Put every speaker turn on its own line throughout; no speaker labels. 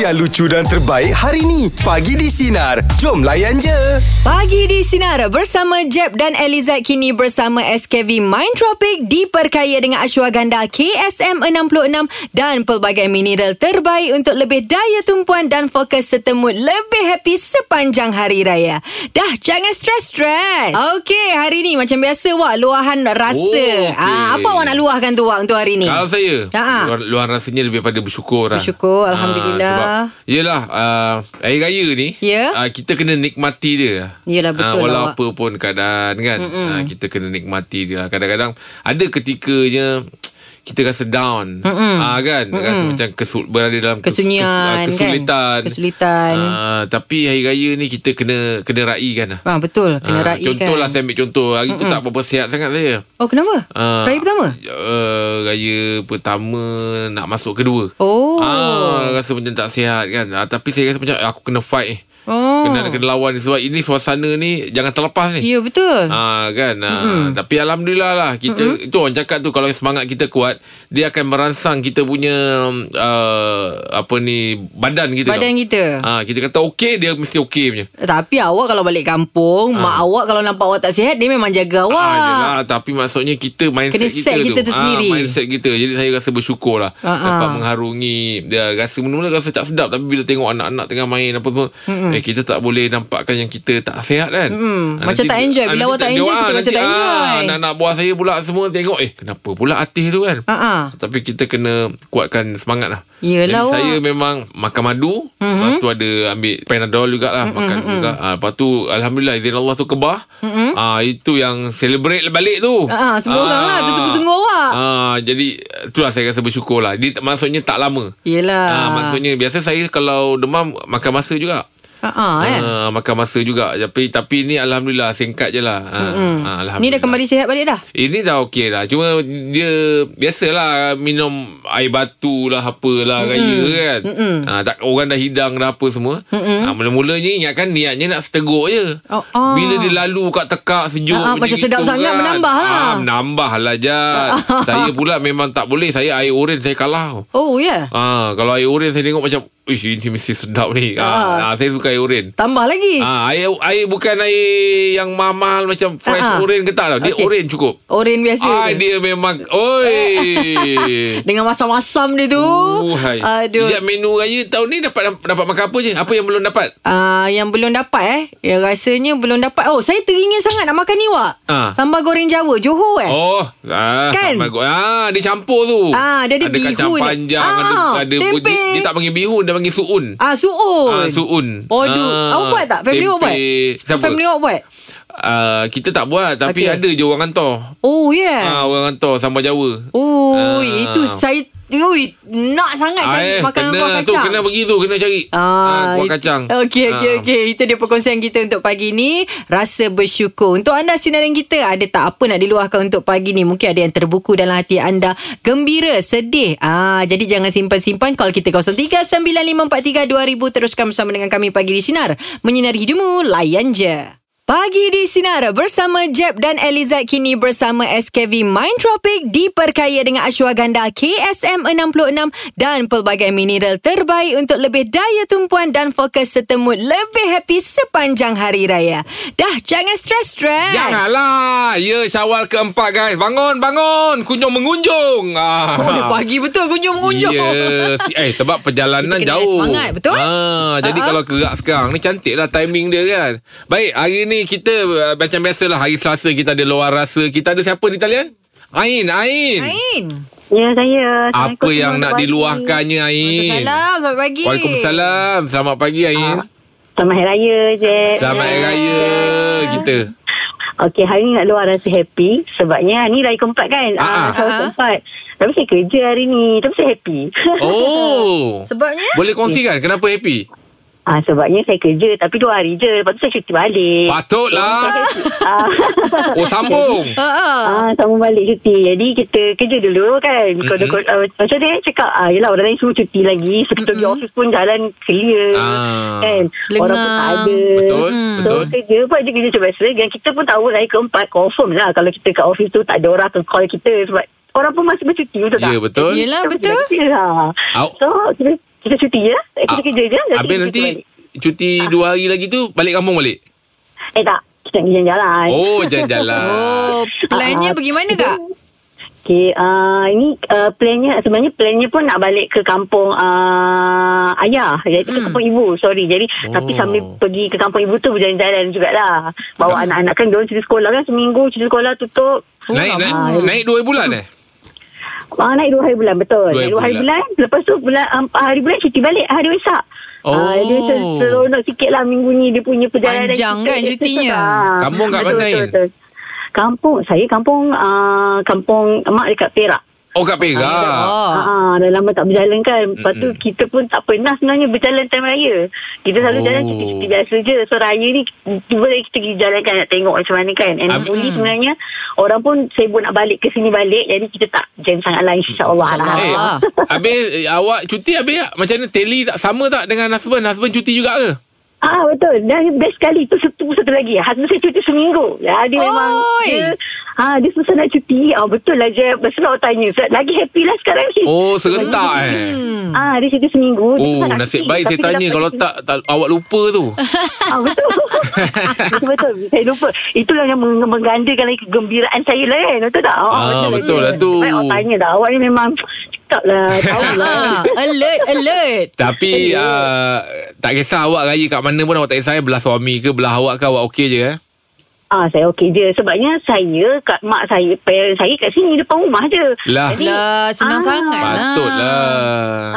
yang lucu dan terbaik hari ni. Pagi di Sinar. Jom layan je.
Pagi di Sinar bersama Jeb dan Elizad kini bersama SKV Mind Tropic diperkaya dengan ashwagandha KSM 66 dan pelbagai mineral terbaik untuk lebih daya tumpuan dan fokus serta mood lebih happy sepanjang hari raya. Dah jangan stres-stres. Okey, hari ni macam biasa wak luahan rasa.
Oh, okey.
Ah, apa awak nak luahkan tu wak untuk hari ni?
Kalau saya
Ha-ha.
luar, luar rasanya lebih pada bersyukur lah.
Ah. Bersyukur,
Ah,
Alhamdulillah.
sebab Yelah uh, Hari Raya ni
Ya.
ah, Kita kena nikmati dia
Yelah, betul
Ah,
lah,
Walau
awak.
apa pun keadaan kan uh, Kita kena nikmati dia lah. Kadang-kadang Ada ketikanya kita rasa down ah kan rasa macam kesul, berada dalam kes-
Kesunyian,
ah,
kan?
kesulitan
Kesulitan.
Ah, tapi hari raya ni kita kena kena raikan lah
Ah, betul, kena
Ah,
raikan.
contohlah saya ambil contoh hari tu tak apa-apa sihat sangat saya
Oh, kenapa?
Ah,
Raya pertama?
uh, Raya pertama Nak masuk kedua
Oh.
ah, Rasa macam tak sihat kan ah, Tapi saya rasa macam eh, Aku kena fight eh.
Oh.
Kena, kena lawan ni. Sebab ini suasana ni Jangan terlepas ni
Ya, betul.
Ah kan ah, tapi alhamdulillah lah kita itu orang cakap tu kalau semangat kita kuat dia akan merangsang kita punya uh, apa ni badan kita
Badan
tau.
kita.
ah kita kata okey dia mesti okey punya
Tapi awak kalau balik kampung Mak awak kalau nampak awak tak sihat Dia memang jaga awak
Ah, yelah, tapi maksudnya kita mindset
Kena
kita
set
tu.
kita tu sendiri.
Ah, mindset kita. Jadi saya rasa bersyukur lah.
Ah, ah.
Dapat mengharungi. Dia rasa mula-mula rasa tak sedap tapi bila tengok anak-anak tengah main apa semua, Mm-mm. eh kita tak boleh nampakkan yang kita tak sihat kan.
Mm-mm. Macam tak enjoy.
ah,
Bila awak tak enjoy, kita rasa tak enjoy.
anak-anak buah saya pula semua tengok eh kenapa pula Atis tu kan.
Ah, ah.
Tapi kita kena kuatkan semangat lah.
Yelah, Mhm.
Jadi saya
awak.
memang makan madu. Mm-hmm. Lepas tu ada ambil Panadol jugalah.
Mhm,
Mm-hmm. Makan juga. Ha, lepas tu Alhamdulillah izin Allah tu kebah. Mm-hmm. Ha, itu yang celebrate balik tu.
Mhm. Ah, ah, semua orang lah tu tunggu-tunggu awak.
Ha, jadi itulah saya rasa bersyukur lah. Dia, maksudnya tak lama.
Yelah
Ha, maksudnya biasa saya kalau demam makan masa juga.
ah, ah, eh.
Ha, makan masa juga. Tapi tapi ni Alhamdulillah singkat je lah. Ha, mm-hmm. ha,
Mhm. Ni dah kembali sihat balik dah
ini Eh, dah okey dah Cuma dia Biasalah Minum air batu lah Apalah mm. Raya kan mm ha, tak, Orang dah hidang dah apa semua ha, Mula-mulanya ingatkan Niatnya nak seteguk je
Oh, ah.
Bila dia lalu kat tekak sejuk
Ah, ah, macam sedap sangat, menambah lah.
ha, Menambah lah Jad Saya pula memang tak boleh Saya air oren saya kalah
Oh ya yeah.
ha, Kalau air oren saya tengok macam Ish ini mesti sedap ni
Ah. Eh.
ha, ha, Saya suka air oren
Tambah lagi
Ah, air air bukan air yang mahal macam fresh
Ah, ah.
uh orange ke tak tau. Dia
Okey.
okay. orange cukup.
Oren Oh, biasa
Ah,
je.
dia memang Oi
Dengan masam-masam dia tu
Uhai.
Aduh
Oh, Sekejap menu raya tahun ni dapat dapat makan apa je? Apa yang belum dapat?
Ah, yang belum dapat eh Yang rasanya belum dapat Oh saya teringin sangat nak makan ni wak
Ah.
Sambal goreng Jawa Johor eh
Oh, ah,
Kan?
sambal go- Ah, dia campur tu.
Ah, dia ada
ada kacang
bihun.
panjang,
Ah,
ada ada
tempeh.
dia, dia tak panggil bihun, dia panggil suun.
Ah suun
Ah, suun.
Oh du
Ah,
Awak buat tak? Family awak buat?
tempeh. Siapa?
Family awak buat?
Ah, kita tak buat tapi
Okey.
ada je orang hantar.
Oh yeah
Ah, orang hantar sambal Jawa.
Oh,
Ah.
itu saya Ui, nak sangat cari
eh,
makanan
kena,
kuah
tu,
kacang.
Kena pergi tu Kena cari ah, Kuah
itu-
kacang
Okey, okey,
Ah.
okey. Itu dia perkongsian kita untuk pagi ni. Rasa bersyukur. Untuk anda sinaran kita, ada tak apa nak diluahkan untuk pagi ni? Mungkin ada yang terbuku dalam hati anda. Gembira, sedih. Ah, jadi jangan simpan-simpan. Call kita 0395432000. Teruskan bersama dengan kami pagi di Sinar. Menyinari hidupmu, layan je. Pagi di Sinar bersama Jeb dan Elizad kini bersama SKV Mind Tropic diperkaya dengan ashwagandha KSM 66 dan pelbagai mineral terbaik untuk lebih daya tumpuan dan fokus serta mood lebih happy sepanjang hari raya. Dah jangan stres-stres.
Janganlah Ya syawal keempat guys Bangun bangun Kunjung mengunjung ah.
Oh, dia pagi betul kunjung-kunjung.
Ya si- Eh sebab perjalanan
Kita kena
jauh
semangat, betul?
ah, Jadi
Ha-ha.
kalau gerak sekarang Ni cantik lah timing dia kan Baik hari ni kita uh, Macam biasalah Hari Selasa kita ada luar rasa Kita ada siapa di talian? Ain Ain,
Ain.
Ya saya
Apa
Assalamualaikum
yang nak
warahmatullahi
diluahkannya Ain?
Salam, selamat pagi.
Waalaikumsalam Selamat pagi
Ah.
Ain
Selamat Hari Raya je
Selamat Hari Raya kita.
Okey hari ni nak luar rasa happy Sebabnya ni raya keempat kan
Ah, ah.
Ah, Raya
Ah.
keempat Tapi saya kerja hari ni Tapi saya happy
Oh.
Sebabnya?
Boleh kongsikan kenapa happy?
Hmm.
ah, Sebabnya saya kerja Tapi dua hari je Lepas tu saya cuti balik
Patutlah.
ah,
Oh sambung.
Ha ah.
ah, Sambung balik cuti Jadi kita kerja dulu kan Kod, kod, uh, Macam dia cakap ah, Yelah orang lain suruh cuti lagi So kita pergi office pun jalan clear
Ah.
Kan Orang pun tak
Lengang.
ada
Betul, betul.
So kerja buat je kerja macam biasa Dan kita pun tahu Raya keempat Confirm lah Kalau kita kat office tu Tak ada orang akan call kita Sebab orang pun masih bercuti Betul tak?
Ya betul.
Yelah, betul.
Ya.
Ya, Au.
So kita Kita cuti je Kita
Ah,
kerja je lepas tu
Habis
kita
nanti
cuti balik. Ah.
cuti dua hari lagi tu balik kampung balik.
Eh tak Kita nak pergi jalan-jalan
Oh, jalan-jalan.
Oh, plannya
Ah,
pergi mana kak?
Okay, uh, ini uh, plannya sebenarnya plannya pun nak balik ke kampung uh, ayah, jadi ke kampung ibu, sorry. Jadi
Hmm. Oh.
oh. tapi sambil pergi ke kampung ibu tu berjalan-jalan jugalah.
Hmm.
Bawa anak-anak kan diorang cuti sekolah kan seminggu cuti sekolah tutup.
Naik naik naik dua bulan eh?
Uh, naik dua hari bulan betul.
Dua hari
Naik dua hari
bulan.
bulan, lepas tu bulan um, hari bulan cuti balik hari Waisak.
Oh.
Ah, dia ter- seronok sikit lah minggu ni dia punya perjalanan.
Panjang
kita.
kan cutinya?
Ah,
Kampung kat
betul,
mana,
betul,
Ain?
betul. Kampung, saya kampung uh, kampung mak dekat Perak.
Oh kat Perak.
Oh.
Ah, dah lama tak berjalan kan. Lepas tu kita pun tak pernah sebenarnya berjalan time raya. Kita
Oh.
selalu oh. jalan cuti-cuti biasa je. So raya ni cuba lagi kita pergi jalan kan nak tengok macam mana kan. And
Ab-
only sebenarnya orang pun sibuk nak balik ke sini balik. Jadi kita tak jam sangat lah insyaAllah lah.
Eh,
Ah.
habis eh, awak cuti habis tak? macam mana teli tak sama tak dengan husband? Husband cuti juga ke?
Ah betul. Dan best sekali tu satu satu lagi. Husband saya cuti seminggu. Ya, dia
Oi.
memang dia ha, dia susah nak cuti. Ah betul lah je. Sebab awak tanya. So, lagi happy lah sekarang ni.
Oh, serentak eh.
Ah dia cuti seminggu. Dia
Oh,
susah nak
nasib
cuti.
baik saya
Tapi dia
tanya
dapat
kalau
cuti.
tak, tak awak lupa tu.
Ah, betul. betul betul. Saya lupa. Itulah yang meng- menggandakan lagi kegembiraan saya lah kan. Betul tak? Ah,
betul lah tu.
Baik, awak tanya dah. Awak ni memang cakap lah. Tahu lah.
Ah, alert, alert.
Tapi uh, tak kisah awak raya kat mana pun awak tak kisah eh, belah suami ke belah awak ke awak okey je eh.
Ah, saya okey je. Sebabnya saya, kat mak saya, parents saya kat sini depan rumah je.
Lah.
Lah, senang
Ah.
sangat lah.
Patutlah.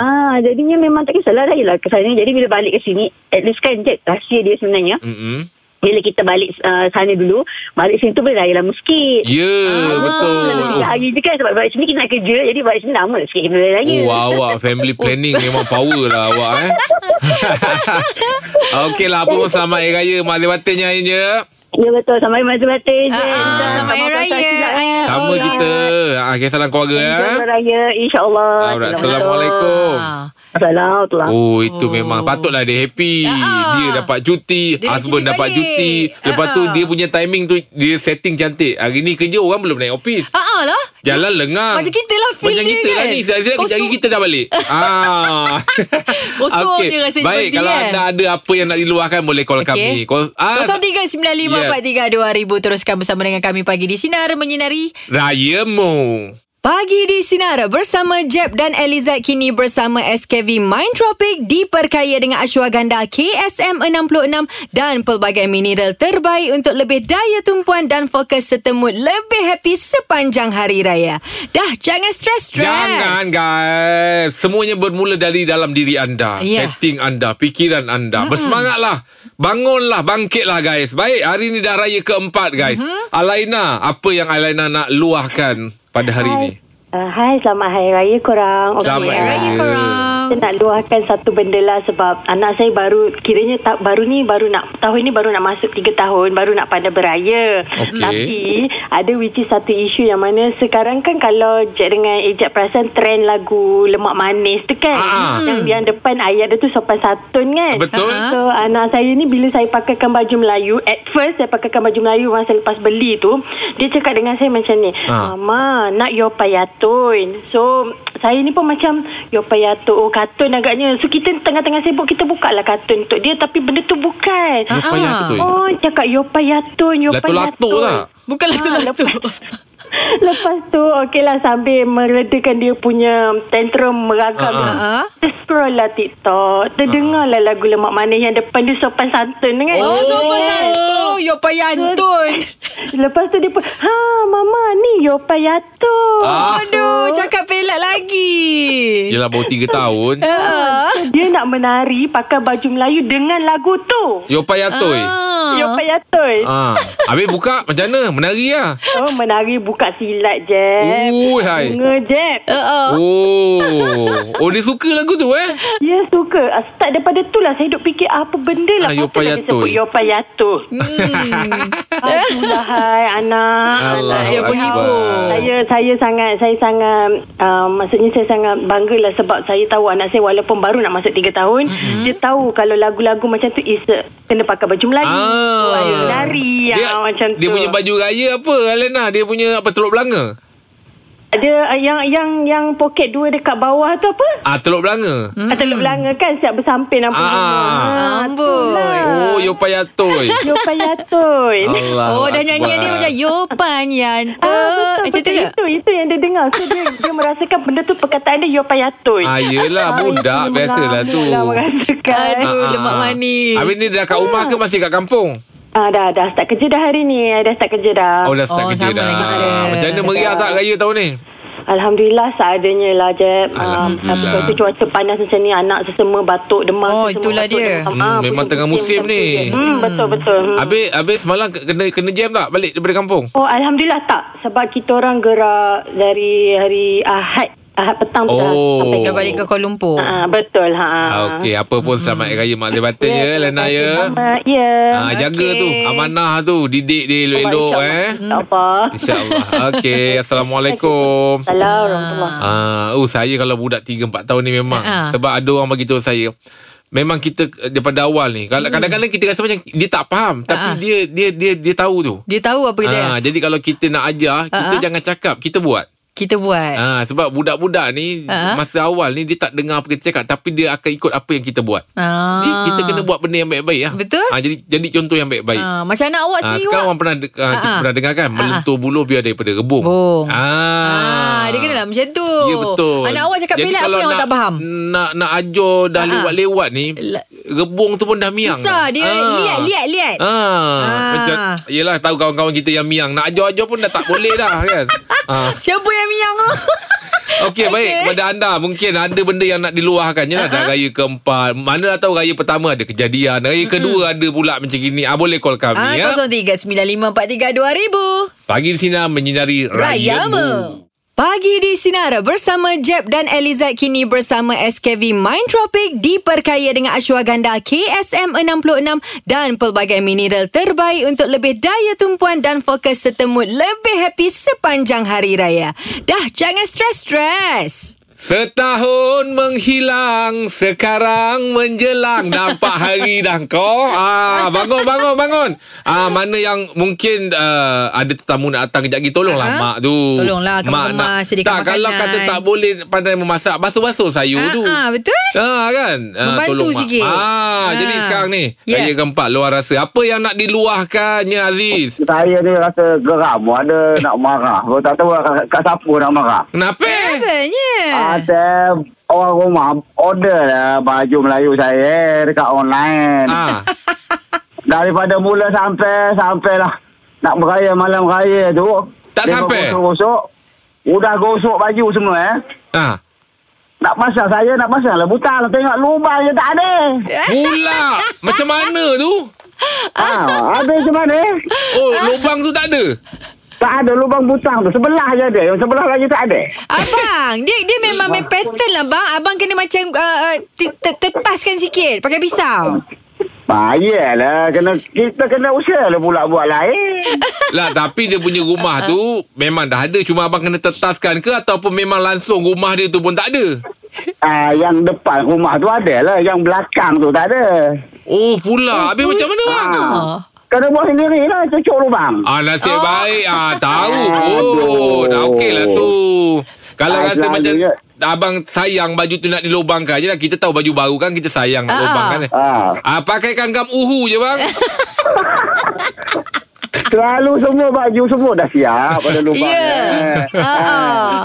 Ah, jadinya memang tak kisahlah raya lah ke sana. Jadi bila balik ke sini, at least kan Jack, rahsia dia sebenarnya.
Mm-mm.
Bila kita balik uh, sana dulu, balik sini tu boleh raya lama sikit.
Ya,
Ah,
yeah, betul.
Dalam
Oh.
Tiga hari je kan sebab balik sini kita nak kerja. Jadi balik sini lama lah sikit kita boleh raya.
Oh, awak family planning memang power lah awak eh. Okey lah, apa pun selamat Hari Raya. Mak Zia Batinnya Ain je.
Ya betul. Sampai masa batin.
Ah, ah, Selamat Hari Raya. eh. Oh,
Sama
ya.
kita. Ha, kita dalam keluarga ya.
Selamat Raya. InsyaAllah.
Alright, Assalamualaikum.
Ah.
Assalamualaikum.
Oh, itu
Oh.
memang patutlah dia happy.
Ah.
Dia dapat cuti,
Dia dah
husband
cuti
dapat
balik.
cuti. Lepas
Ah.
tu dia punya timing tu dia setting cantik. Hari ni kerja orang belum naik office.
Ah, ah lah.
Jalan lengang
Macam kita lah feel
Macam
dia
kita lah
kan?
ni Silap-silap
Kosong.
kejap lagi kita dah balik ah.
Kosong
Okey,
je rasa
Baik
seperti
kalau
kan?
anda ada apa yang nak diluahkan Boleh
Okey.
call lah kami Kos- ah, Ya.
0395432000 teruskan bersama dengan kami pagi di sinar menyinari
Raya Mu
Pagi di Sinar bersama Jeb dan Elizad kini bersama SKV Mind Tropic diperkaya dengan ashwagandha KSM 66 dan pelbagai mineral terbaik untuk lebih daya tumpuan dan fokus serta mood lebih happy sepanjang hari raya. Dah jangan stres-stres.
Jangan guys Semuanya bermula dari dalam diri anda
Ya. Hmm.
Setting anda Pikiran anda Bersemangatlah Bangunlah Bangkitlah guys Baik hari ni dah raya keempat guys
Mhm.
Alaina Apa yang Alaina nak luahkan Pada hari
Hai.
ini
Uh, hai, selamat Hari Raya korang. Okey,
Hari
Selamat
ah,
Raya
Raya.
korang.
Saya nak luahkan satu benda lah sebab anak saya baru kiranya tak baru ni baru nak tahun ni baru nak masuk 3 tahun baru nak pandai beraya.
Okey.
Tapi ada which is satu isu yang mana sekarang kan kalau Jack dengan Ejak perasan trend lagu lemak manis tu kan.
Ah.
Yang yang depan ayat dia tu sopan satun kan.
Betul.
So anak saya ni bila saya pakaikan baju Melayu at first saya pakaikan baju Melayu masa lepas beli tu dia cakap dengan saya macam ni.
Ah.
Mama, nak yo payatun. So, saya ni pun macam yo payatun. Oh, kartun agaknya. So, kita tengah-tengah sibuk, kita buka lah kartun untuk dia. Tapi benda tu bukan.
Apa
ah.
yang tu
Oh, cakap yo payatun, yo
Latuk-latuk
payatun. Ah,
lah
Bukanlah tu lah tu.
Lepas tu okeylah sambil meredakan dia punya tantrum meragam.
Ah,
ah. Ah.
Dia scroll lah TikTok. Terdengar lah lagu lemak manis yang depan dia sopan santun kan.
Oh, sopan tu. Yo Oh, payantun.
Lepas tu dia pun, ha mama ni yo payatun.
Ah.
Aduh, cakap pelat lagi.
Yelah baru 3 tahun
Ah.
Dia nak menari pakai baju Melayu dengan lagu tu.
Yopayatoy
Hmm.
Uh. Yo Payatoy.
eh.
Uh.
Ah, habis buka macam mana? Menari lah.
Oh, menari buka silat je.
Ui, hai.
Bunga je.
Ah. ah.
Oh. Oh, dia suka lagu tu eh?
Ya, suka. Ah, Start daripada tu lah. Saya duk fikir apa benda
Ah,
lah.
Yo
Patutlah dia sebut
Payatoy.
Yo Payatoy. Adulah, hai anak.
Allah
Anak.
Ah, Dia
Akbar.
penghibur.
Saya saya sangat saya sangat uh, maksudnya saya sangat banggalah sebab saya tahu anak saya walaupun baru nak masuk 3 tahun mm-hmm. dia tahu kalau lagu-lagu macam tu is a- kena pakai baju Melayu.
Ah.
Wayang Lari yang macam tu.
Dia punya baju raya apa Alena? Dia punya apa teluk belanga?
Ada uh, yang yang yang poket dua dekat bawah tu apa?
Ah, teluk belanga.
Hmm.
Mm. Teluk belanga kan siap bersamping apa
Ah.
Amboi.
Oh, Ah. yo payatoy.
Yo payatoi.
Allah.
Oh dah nyanyian dia macam Yo Panyanto
Ah,
Macam
betul,
tu
betul,
ke?
itu, itu yang dia dengar. So, dia, dia merasakan benda tu perkataan dia yo payatoi.
Ah, yelah, budak. Biasalah tu. Ah,
Lah merasakan.
Aduh lemak manis
Habis ni dah kat rumah ke masih kat kampung?
Ah, dah, dah start kerja dah hari ni. Ah, Dah start kerja dah.
Oh, dah
Oh,
start
sama
kerja dah.
lagi kita.
Macam mana meriah tak raya tahun ni?
Alhamdulillah seadanya lah Jeb.
Alhamdulillah.
Apa tu cuaca panas macam ni anak sesama batuk demam.
Oh,
sesama
itulah
batuk,
dia.
demam.
Hmm,
Ah,
memang
pusing-pusing
tengah musim
macam
ni.
tu je. Hmm, betul betul. Hmm.
Habis, habis semalam ke- kena kena jam tak balik daripada kampung?
Oh alhamdulillah tak sebab kita orang gerak dari hari Ahad Ahad petang tu dah
Oh.
sampai.
Dah balik ke Kuala Lumpur
Ah, betul ha.
Ah, Okey, apa pun selamat hari raya mak dia batin
Ya,
ya, Lena ya.
Selamat, Ya.
Ah, jaga
Okey.
tu, amanah tu, didik dia elok-elok eh.
Tak apa.
InsyaAllah. Okey, Assalamualaikum.
Assalamualaikum warahmatullahi.
Ah, oh saya kalau budak 3 4 tahun ni memang
Ah.
sebab ada orang bagi tahu saya memang kita eh, daripada awal ni kalau- kadang-kadang kita rasa macam dia tak faham tapi
Hmm. Ah.
dia dia dia dia tahu tu.
Dia tahu apa dia
Ah, jadi kalau kita nak ajar, kita
Ah.
jangan cakap, kita buat.
Kita buat
Ah, sebab budak-budak ni
Ah.
masa awal ni dia tak dengar apa kita cakap tapi dia akan ikut apa yang kita buat.
Ah.
Jadi kita kena buat benda yang baik-baik lah.
Betul.
Ah, jadi jadi contoh yang baik-baik.
Ah, Macam anak awak
Ah,
sendiri awak
sekarang orang pernah de- ah, kita
Ah, ah.
pernah dengar
Ah,
kan
ah.
melentur bulu biar daripada rebung.
Bung. Ah,
Ah.
dia kena nak macam tu.
Ya betul.
Anak awak cakap
Jadi
pelat apa
kalau
yang awak tak faham?
Nak nak ajar dah
Ah, ah.
lewat-lewat ni,
La-
rebung tu pun dah miang.
Susah
dah.
dia lihat lihat lihat.
Ah,
Ah.
macam yelah tahu kawan-kawan kita yang miang nak ajar-ajar pun dah tak boleh dah kan. Ah.
Siapa yang miang tu?
Okey okay. baik kepada anda mungkin ada benda yang nak diluahkan je lah uh-huh. dah raya keempat. Mana dah tahu raya pertama ada kejadian, raya kedua ada pula macam gini. Ah boleh call
Ah,
kami ya.
0395432000.
Pagi di sini menyinari raya
Rayamu. Pagi di Sinar bersama Jeb dan Elizad kini bersama SKV Mind Tropic diperkaya dengan ashwagandha KSM 66 dan pelbagai mineral terbaik untuk lebih daya tumpuan dan fokus serta mood lebih happy sepanjang hari raya. Dah jangan stres-stres.
Setahun menghilang, sekarang menjelang. Nampak hari dah kau. Ah, bangun, bangun, bangun. Ah, mana yang mungkin uh, ada tetamu nak datang kejap lagi, tolonglah
Ah,
uh mak tu.
tolonglah, kamu kemas, sediakan
Tak, kalau
makanan.
kata tak boleh pandai memasak, basuh-basuh sayur
Ah,
tu.
ah, betul?
Ah kan ah,
Membantu
tolong mak.
sikit.
ah,
Ah.
Jadi sekarang ni
Ya.
yeah. Raya keempat luar rasa Apa yang nak diluahkannya Aziz?
Saya ni rasa geram Ada nak marah Kau tak tahu kat, kat siapa nak marah
Kenapa?
Apanya?
Eh.
Ah. Ada orang rumah Order lah baju Melayu saya eh, Dekat online
Ah.
Daripada mula sampai Sampai lah Nak beraya malam raya tu
Tak
dia
sampai?
Gosok-gosok Udah gosok baju semua eh
Ah.
Nak pasang saya Nak pasang lah Buta lah tengok lubang je tak ada
Pula Macam mana tu?
ah, Habis macam mana eh?
Oh lubang tu tak ada?
Tak ada lubang butang tu Sebelah je ada Yang sebelah lagi tak ada
Abang, dia dia memang main pattern lah bang. Abang kena macam uh, uh, te- te- tetaskan sikit pakai pisau.
Payahlah kena kita kena usaha lah pula buat lain.
Lah tapi dia punya rumah tu memang dah ada cuma abang kena tetaskan ke ataupun memang langsung rumah dia tu pun tak ada.
Ah yang depan rumah tu ada lah, yang belakang tu tak ada. Ah,
Oh pula. Habis macam mana bang?
Oh.
Kena buat sendiri lah cucuk lubang.
Ah nasib oh. baik ah tahu. Oh,
Aduh.
dah okey lah tu. Kalau
Ah,
rasa
selalu
macam
je.
abang sayang baju tu nak dilobangkan je lah. Kita tahu baju baru kan kita sayang nak
Ah.
lobangkan. eh.
Ah,
Ah pakaikan gam uhu je bang.
selalu semua baju semua dah siap ada lubang.
Ya. Ah.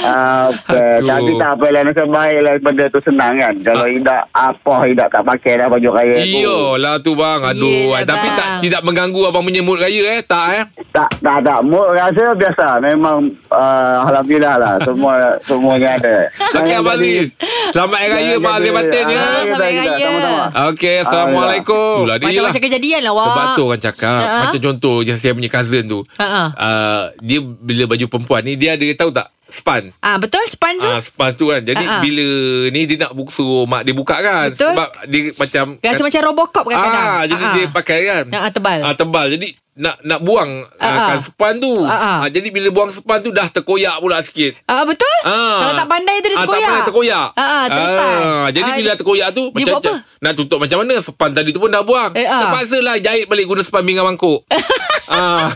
Ah,
Aduh.
apa,
Ah.
tapi tak apa lah Nasib baik lah Benda tu senang kan Kalau tidak Apa tidak tak pakai dah Baju raya tu
Iyalah tu bang. Aduh,
Yelah,
Yelah, tapi
bang.
tak tidak mengganggu abang punya mood raya eh? Tak eh?
Tak tak tak Mood rasa biasa Memang uh, Alhamdulillah lah Semua Semuanya ada
Okey
Yang
abang
jadi-
Lee. Selamat hari raya
Jangan
mak
jadi-
Azir Batin ya.
Ah, ya.
Selamat Hari
kita-
Raya.
Sama-sama.
Okey, Assalamualaikum. Itulah dia lah.
Macam-macam kejadian lah awak. ah.
Sebab tu orang cakap
Ha-ha.
uh-huh. Macam contoh je Saya punya cousin tu
Ha-ha.
uh-huh. uh, Dia bila baju perempuan ni Dia ada tahu tak Span
Ah betul span tu.
Ah, span tu kan Jadi
Ha-ha.
uh-huh. bila ni Dia nak bu- suruh mak dia buka kan
ah. Betul.
Sebab dia macam kan-
Rasa macam Robocop kadang-kadang.
Ah, jadi
Ah, ah.
dia pakai kan.
Ah, ah, tebal.
Ah, tebal. Jadi nak nak buang ah,
Ah,
kan
ah.
span tu.
Ah, ah.
jadi bila buang span tu dah terkoyak pula sikit.
Ah betul?
Ah.
Kalau tak pandai tu dia
Ah,
terkoyak.
tak pandai terkoyak.
Ah, ah, terlepas.
jadi
Ah,
bila terkoyak tu
dia buat apa?
nak tutup macam mana? Sepan tadi tu pun dah buang.
Eh, ah.
Terpaksa lah jahit balik guna sepan pinggan mangkuk. ah.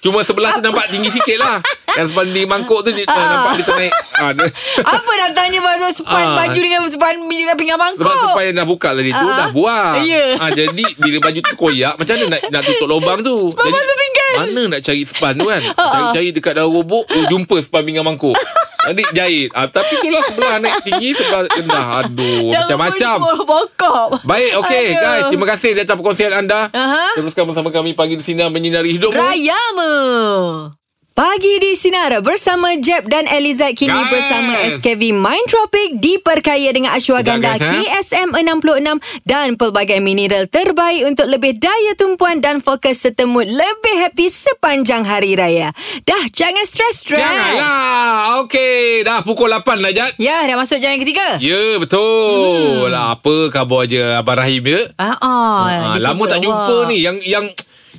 Cuma sebelah tu nampak tinggi sikit lah. Yang sebab di mangkuk tu dia, ah. Nampak dia naik ah, dia,
Apa nak tanya pasal sepan
Ah.
baju dengan sepan dengan pinggan mangkuk?
Sebab supaya dah buka tadi tu
Ah.
Dah buang
Ya.
ah, Jadi bila baju tu koyak Macam mana nak, nak tutup lubang tu
Sebab
Jadi,
masuk pinggan. Ah,
Mana nak cari span tu kan Cari-cari dekat dalam robok oh, Jumpa span pinggan mangkuk Nanti jahit ah, Tapi itulah sebelah naik tinggi Sebelah rendah
Dah
Aduh Oh, Macam-macam
berumur Bokok.
Baik,
Ya
okey
Aduh.
guys. Terima kasih di atas perkongsian anda.
Aha.
Teruskan bersama kami pagi di sini menyinari hidup.
Rayamu. Pagi di Sinar bersama Jeb dan Elizad kini
Yes.
bersama SKV Mind Tropic diperkaya dengan ashwagandha
Sedap, guys, eh.
KSM 66 dan pelbagai mineral terbaik untuk lebih daya tumpuan dan fokus serta mood lebih happy sepanjang hari raya. Dah jangan stres-stres.
Janganlah. Okey, dah pukul 8 lah Jad.
Ya, dah masuk jam yang ketiga.
Ya, betul. Hmm. Apa khabar je Abang Rahim ya?
Ah, ah,
Ha,
dia
lama
sebut
tak jumpa
awak.
ni yang yang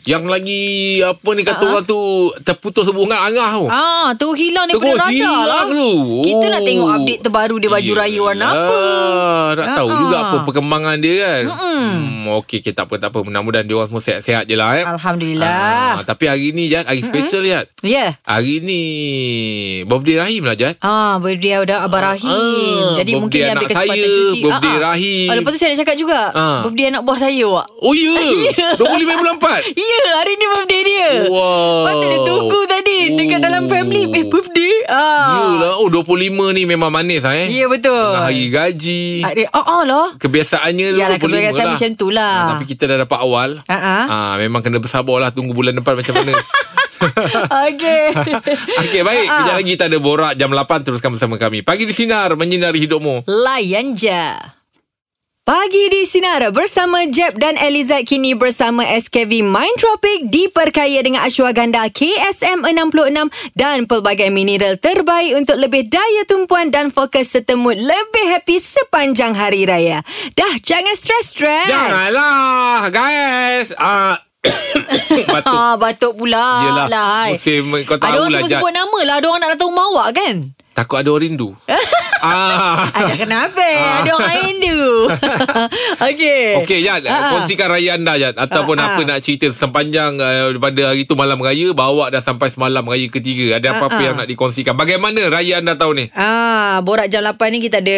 yang lagi apa ni kata orang tu terputus hubungan angah tu.
Ah, tu hilang daripada
Terus
radar
hilang
lah.
tu.
Kita
Oh.
nak tengok update terbaru dia baju raya warna
Yelah,
apa. Ah,
Tak tahu
Ha-ha.
juga apa perkembangan dia kan. Hmm, okey, okay, tak apa tak apa. Mudah-mudahan dia orang semua sihat-sihat je lah eh.
Alhamdulillah.
Ah, tapi hari ni Jad, hari special Jad.
Ya. Yeah.
Hari ni birthday Rahim lah Jad.
Ah, birthday dah Abang Rahim.
ah,
Jadi mungkin
birthday
dia ambil
anak
kesempatan
saya,
cuti.
birthday
Ah, ah.
Rahim.
Ah, lepas tu saya nak cakap juga.
Ah.
Birthday anak buah saya awak.
Oh ya. Yeah. 25 bulan 4.
Ya, hari ni birthday dia.
Wow.
Ya. Patut dia tunggu tadi dekat
Oh.
dalam family. Eh, birthday. Ah.
Yelah, oh 25 ni memang manis lah eh.
Ya, betul.
Tengah hari gaji.
Ah, dia- ah, ah lah.
Kebiasaannya
Yalah,
25
kebiasaan
lah.
macam tu lah.
Ah, tapi kita dah dapat awal.
Ah, ah.
Ah, memang kena bersabar lah tunggu bulan depan macam mana. Ah.
Okey.
Okey, baik.
Ah, ah.
Kejap lagi kita ada borak jam 8 teruskan bersama kami. Pagi di sinar menyinari hidupmu.
Layan je. Pagi di Sinar bersama Jeb dan Elizad kini bersama SKV Mind Tropic diperkaya dengan ashwagandha KSM 66 dan pelbagai mineral terbaik untuk lebih daya tumpuan dan fokus serta mood lebih happy sepanjang hari raya. Dah jangan stres-stres.
lah. Janganlah, guys. Ah, batuk.
Ah, batuk pula
Yelah,
lah, hai.
musim kau tahu
Ada orang
lah,
semua
Jad.
sebut nama lah. Ada orang nak datang rumah awak kan?
Takut ada orang rindu. ah.
Ada kenapa? Ada orang lain tu. Okey.
Okey Jad
Ah, ah.
uh Kongsikan raya anda Jad Ataupun
Ah, ah.
apa nak cerita Sepanjang uh, Daripada hari tu malam raya Bawa dah sampai semalam raya ketiga Ada apa-apa
ah.
yang nak dikongsikan Bagaimana raya anda tahun ni
Ah, borak jam 8 ni kita ada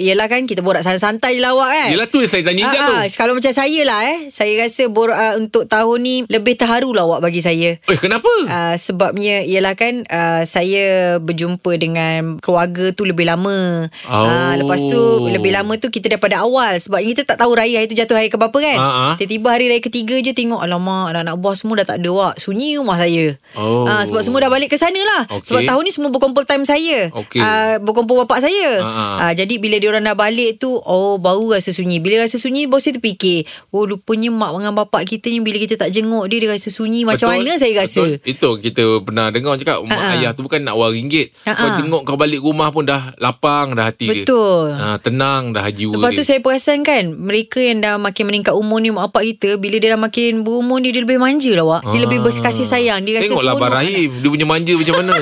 Yelah kan kita borak santai-santai je lah awak kan
Yelah tu yang saya tanya Jad tu
ah, ah, Kalau macam saya lah eh Saya rasa borak ah, untuk tahun ni Lebih terharu lah awak bagi saya
Eh kenapa
Uh, sebabnya ialah kan uh, saya berjumpa dengan keluarga tu lebih lama.
Oh.
Ah, lepas tu lebih lama tu kita daripada awal sebab kita tak tahu raya itu jatuh hari ke berapa kan.
Ah, ah.
Tiba-tiba hari raya ketiga je tengok alamak anak-anak buah semua dah tak ada wak. Sunyi rumah saya.
Oh.
Ah, sebab semua dah balik ke sana lah.
Okey.
Sebab tahun ni semua berkumpul time saya.
Okey.
Ah, berkumpul bapak saya.
Ah, ah.
Ah, jadi bila dia orang dah balik tu oh baru rasa sunyi. Bila rasa sunyi baru saya terfikir, oh rupanya mak dengan bapak kita ni bila kita tak jenguk dia dia rasa sunyi macam
Betul,
mana saya rasa.
betul. Itu kita pernah dengar cakap Mak
Ah, ah.
ayah tu bukan nak wang ringgit
Ah,
Kau
ah.
tengok kau balik rumah pun dah Lapang dah hati dia
Betul.
Ah, Tenang dah jiwa
Lepas
dia
tu saya perasan kan Mereka yang dah makin meningkat umur ni Mak bapak kita Bila dia dah makin berumur ni Dia lebih manja lah wak Dia lebih berkasih sayang Dia rasa
Ah. Tengoklah Abang
seronok.
Rahim Dia punya manja macam mana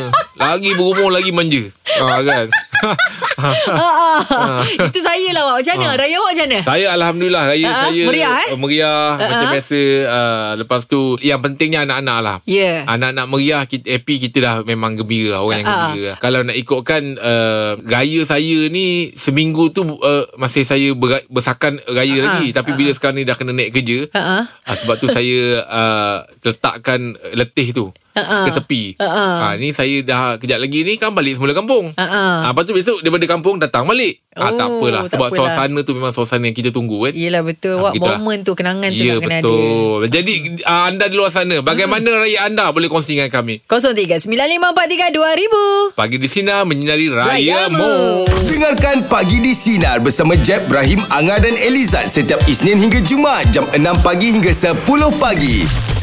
Lagi berumur lagi manja ha, kan
ah, ah. Itu saya lah wak Macam mana?
Ah.
Raya wak macam mana?
Saya Alhamdulillah Raya
Ah, ah.
saya
Meriah, eh?
uh, Meriah
Ah,
Macam
ah.
biasa uh, Lepas tu Yang pentingnya anak-anak lah
Ya.
Anak-anak meriah kita, Happy kita dah memang gembira Orang yang
Ah, ah.
gembira lah. Kalau nak ikutkan uh, Raya saya ni Seminggu tu uh, Masih saya ber, bersakan raya
Ah,
lagi Tapi bila sekarang ni Dah kena naik kerja
Ah, ah.
Ah, sebab tu saya uh, letakkan letih tu
Ah, ah.
ke tepi.
Ah, ah.
Ah, ni saya dah kejap lagi ni kan balik semula kampung.
Ah, ah.
Ah, lepas tu besok daripada kampung datang balik. ah, tak
Oh,
apalah
tak
sebab
apalah.
suasana tu memang suasana yang kita tunggu kan.
Yelah betul
Ah,
Wak
begitulah.
momen tu Kenangan tu
Ya
nak kena ada Hmm.
betul. Jadi uh, anda di luar sana bagaimana raya anda boleh kongsi dengan kami.
03 9543 2000
Pagi di sini menyinari raya mu.
Rayamu.
Dengarkan Pagi di Sinar bersama Jeb, Ibrahim, Anga dan Elizad setiap Isnin hingga Jumaat jam 6 pagi hingga 10 pagi.